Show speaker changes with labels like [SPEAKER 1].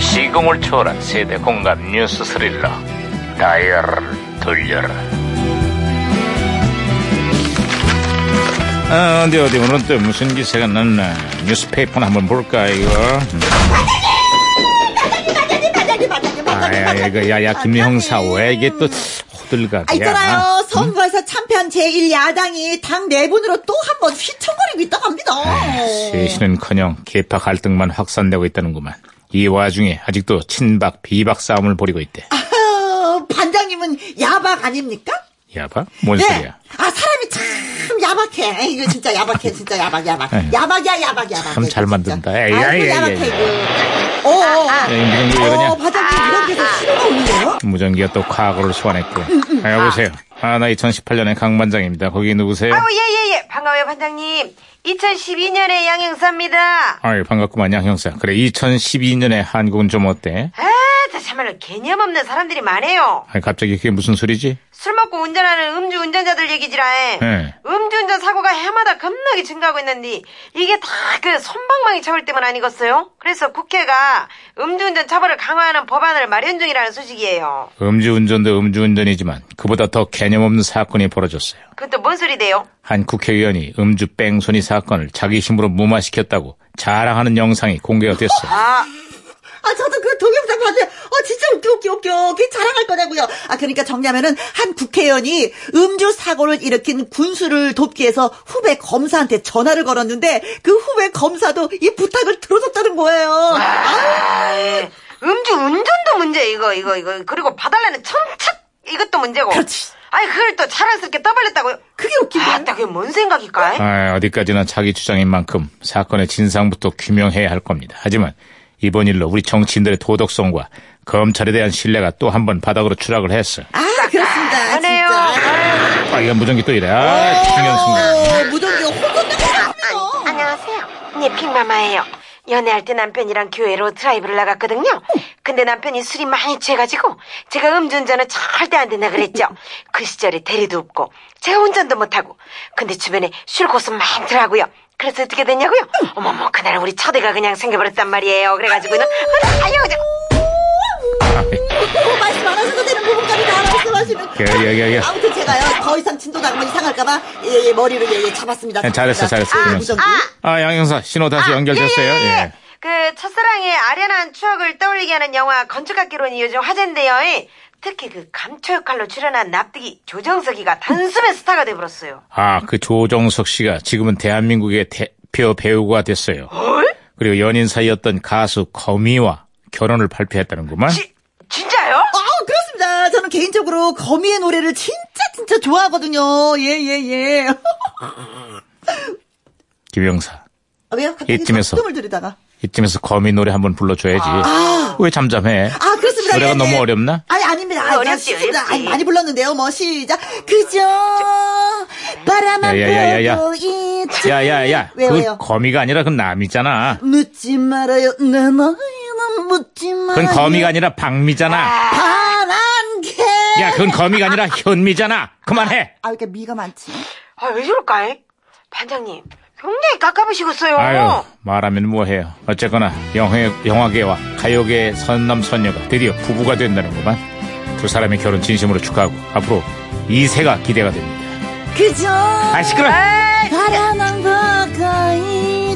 [SPEAKER 1] 시공을 초월한 세대 공감 뉴스 스릴러 다이얼 돌려라 아, 어디 어디 오늘은 또 무슨 기사가 났나 뉴스페이퍼나 한번 볼까 이거
[SPEAKER 2] 음. 반장님, 반장님, 반장님, 반장님.
[SPEAKER 1] 아야 이거 야야 김형사 왜 이게 또 호들갑이야
[SPEAKER 2] 아, 있잖아요. 선거에서 참패한 제1야당이 당 내분으로 또 한 번 휘청거리고 있다고 합니다.
[SPEAKER 1] 아, 시신은커녕 계파 갈등만 확산되고 있다는구만 이 와중에 아직도 친박 비박 싸움을 벌이고 있대
[SPEAKER 2] 아유, 어, 반장님은 야박 아닙니까?
[SPEAKER 1] 야봐 뭔 소리야
[SPEAKER 2] 아, 사람이 참 야박해. 에이, 이거 진짜 야박해. 진짜 야박, 야박.
[SPEAKER 1] 에이.
[SPEAKER 2] 야박이야, 야박, 야박.
[SPEAKER 1] 참
[SPEAKER 2] 이거
[SPEAKER 1] 잘
[SPEAKER 2] 진짜.
[SPEAKER 1] 만든다. 에이, 에이, 아,
[SPEAKER 2] 아이고,
[SPEAKER 1] 에이,
[SPEAKER 2] 야박해,
[SPEAKER 1] 에이.
[SPEAKER 2] 이거. 어, 어.
[SPEAKER 1] 야, 이 무전기 왜 그러냐
[SPEAKER 2] 어, 반장님, 이런 데서 신호가 오는데요?
[SPEAKER 1] 네, 무전기가 또 과거를 소환했고 아, 여보세요 아 나 2018년의 강반장입니다 거기 누구세요
[SPEAKER 3] 아우 어, 예예예 반가워요 반장님 2012년의 양형사입니다
[SPEAKER 1] 아유 반갑구만 양 형사 그래 2012년에 한국은 좀 어때
[SPEAKER 3] 아저 참말로 개념 없는 사람들이 많아요
[SPEAKER 1] 아니, 갑자기 그게 무슨 소리지
[SPEAKER 3] 술 먹고 운전하는 음주운전자들 얘기지라
[SPEAKER 1] 예.
[SPEAKER 3] 음주운전 사고가 해마다 겁나게 증가하고 있는데 이게 다 그 손방망이 처벌 때문 아니겠어요? 그래서 국회가 음주운전 처벌을 강화하는 법안을 마련 중이라는 소식이에요
[SPEAKER 1] 음주운전도 음주운전이지만 그보다 더 개념 없는 사건이 벌어졌어요
[SPEAKER 3] 그것도 뭔 소리대요?
[SPEAKER 1] 한 국회의원이 음주 뺑소니 사건을 자기 힘으로 무마시켰다고 자랑하는 영상이 공개가 됐어요
[SPEAKER 3] 아
[SPEAKER 2] 아, 저도 그 동영상 봤는데, 어, 진짜 웃겨, 웃겨, 웃겨. 그게 자랑할 거냐고요. 아, 그러니까 정리하면은, 한 국회의원이 음주 사고를 일으킨 군수를 돕기 위해서 후배 검사한테 전화를 걸었는데, 그 후배 검사도 이 부탁을 들어줬다는 거예요. 아,
[SPEAKER 3] 아이, 음주 운전도 문제 이거 이거 이거 그리고 봐달라는 청탁 이것도 문제고.
[SPEAKER 2] 그렇지.
[SPEAKER 3] 아니 그걸 또 자랑스럽게 떠벌렸다고요?
[SPEAKER 2] 그게 웃기고.
[SPEAKER 3] 아, 딱 그게 뭔 생각일까?
[SPEAKER 1] 아, 어디까지나 자기 주장인 만큼 사건의 진상부터 규명해야 할 겁니다. 하지만 이번 일로 우리 정치인들의 도덕성과 검찰에 대한 신뢰가 또 한 번 바닥으로 추락을 했어.
[SPEAKER 2] 아, 그렇습니다.
[SPEAKER 3] 하네요.
[SPEAKER 2] 진짜.
[SPEAKER 1] 아, 이건 무전기 또 이래. 아, 중요한 순간.
[SPEAKER 2] 어, 무전기가 혼돈되고 있어.
[SPEAKER 3] 안녕하세요. 네 핑마마예요. 연애할 때 남편이랑 교회로 드라이브를
[SPEAKER 2] 어.
[SPEAKER 3] 나갔거든요. 근데 남편이 술이 많이 취해가지고 제가 음주운전은 절대 안 된다 그랬죠. 그 시절에 대리도 없고 제가 운전도 못하고 근데 주변에 술 곳은 많더라고요. 그래서 어떻게 됐냐고요? 어머머 그날 우리 첫애가 그냥 생겨버렸단 말이에요. 그래가지고는 아유 저-
[SPEAKER 1] 아, 예.
[SPEAKER 2] 뭐 말씀 안 하셔도 되는 부분까지 다 말씀하시는.
[SPEAKER 1] 야, 야, 야, 야.
[SPEAKER 2] 아무튼 제가요, 더 이상 진도 당면 이상할까봐, 예, 예, 머리를 예, 예, 잡았습니다.
[SPEAKER 1] 야, 네, 잘했어, 잘했어,
[SPEAKER 2] 아,
[SPEAKER 1] 김영수.
[SPEAKER 2] 무전기.
[SPEAKER 1] 아, 양 형사 신호 다시 연결됐어요.
[SPEAKER 3] 예, 예, 예.
[SPEAKER 1] 예.
[SPEAKER 3] 그 첫사랑의 아련한 추억을 떠올리게 하는 영화 건축학개론이 요즘 화제인데요. 특히 그 감초 역할로 출연한 납득이 조정석이가 단숨에 스타가 돼버렸어요.
[SPEAKER 1] 아, 그 조정석 씨가 지금은 대한민국의 대표 배우가 됐어요. 그리고 연인 사이였던 가수 거미와 결혼을 발표했다는구만.
[SPEAKER 3] 지, 진짜요?
[SPEAKER 2] 아, 그렇습니다. 저는 개인적으로 거미의 노래를 진짜 진짜 좋아하거든요. 예, 예, 예.
[SPEAKER 1] 김 형사.
[SPEAKER 2] 아, 왜요? 갑자기
[SPEAKER 1] 이쯤에서.
[SPEAKER 2] 뜸을 들이다가.
[SPEAKER 1] 이쯤에서 거미 노래 한번 불러줘야지. 왜 잠잠해?
[SPEAKER 2] 아, 그렇습니다.
[SPEAKER 1] 노래가
[SPEAKER 2] 예,
[SPEAKER 1] 너무
[SPEAKER 2] 예.
[SPEAKER 1] 어렵나?
[SPEAKER 2] 아니, 아닙니다. 아니,
[SPEAKER 3] 어렵지,
[SPEAKER 2] 저 시작보다-
[SPEAKER 3] 어렵지.
[SPEAKER 2] 아니, 많이 불렀는데요. 뭐, 시작. 그저, 바라만
[SPEAKER 1] 야, 야, 야, 야, 야.
[SPEAKER 2] 보고 있지.
[SPEAKER 1] 야야야,
[SPEAKER 2] 왜요,
[SPEAKER 1] 그
[SPEAKER 2] 왜요?
[SPEAKER 1] 거미가 아니라 그 남이잖아.
[SPEAKER 2] 묻지 말아요. 내 나이는 묻지 말아요. 네.
[SPEAKER 1] 그건 거미가 아니라 박미잖아.
[SPEAKER 2] 바란 게.
[SPEAKER 1] 야,
[SPEAKER 2] 네.
[SPEAKER 1] 그건 거미가 아니라 현미잖아. 그만해.
[SPEAKER 2] 아, 그러니까 미가 많지.
[SPEAKER 3] 아, 왜 저럴까? 반장님, 굉장히 깎아보시겠어요.
[SPEAKER 1] 아유, 말하면 뭐해요. 어쨌거나 영화, 영화계와 가요계의 선남 선녀가 드디어 부부가 된다는구만. 두 사람의 결혼 진심으로 축하하고 앞으로 이세가 기대가 됩니다.
[SPEAKER 2] 그저,
[SPEAKER 1] 아 시끄러.
[SPEAKER 3] 에이,
[SPEAKER 2] 바라만 보고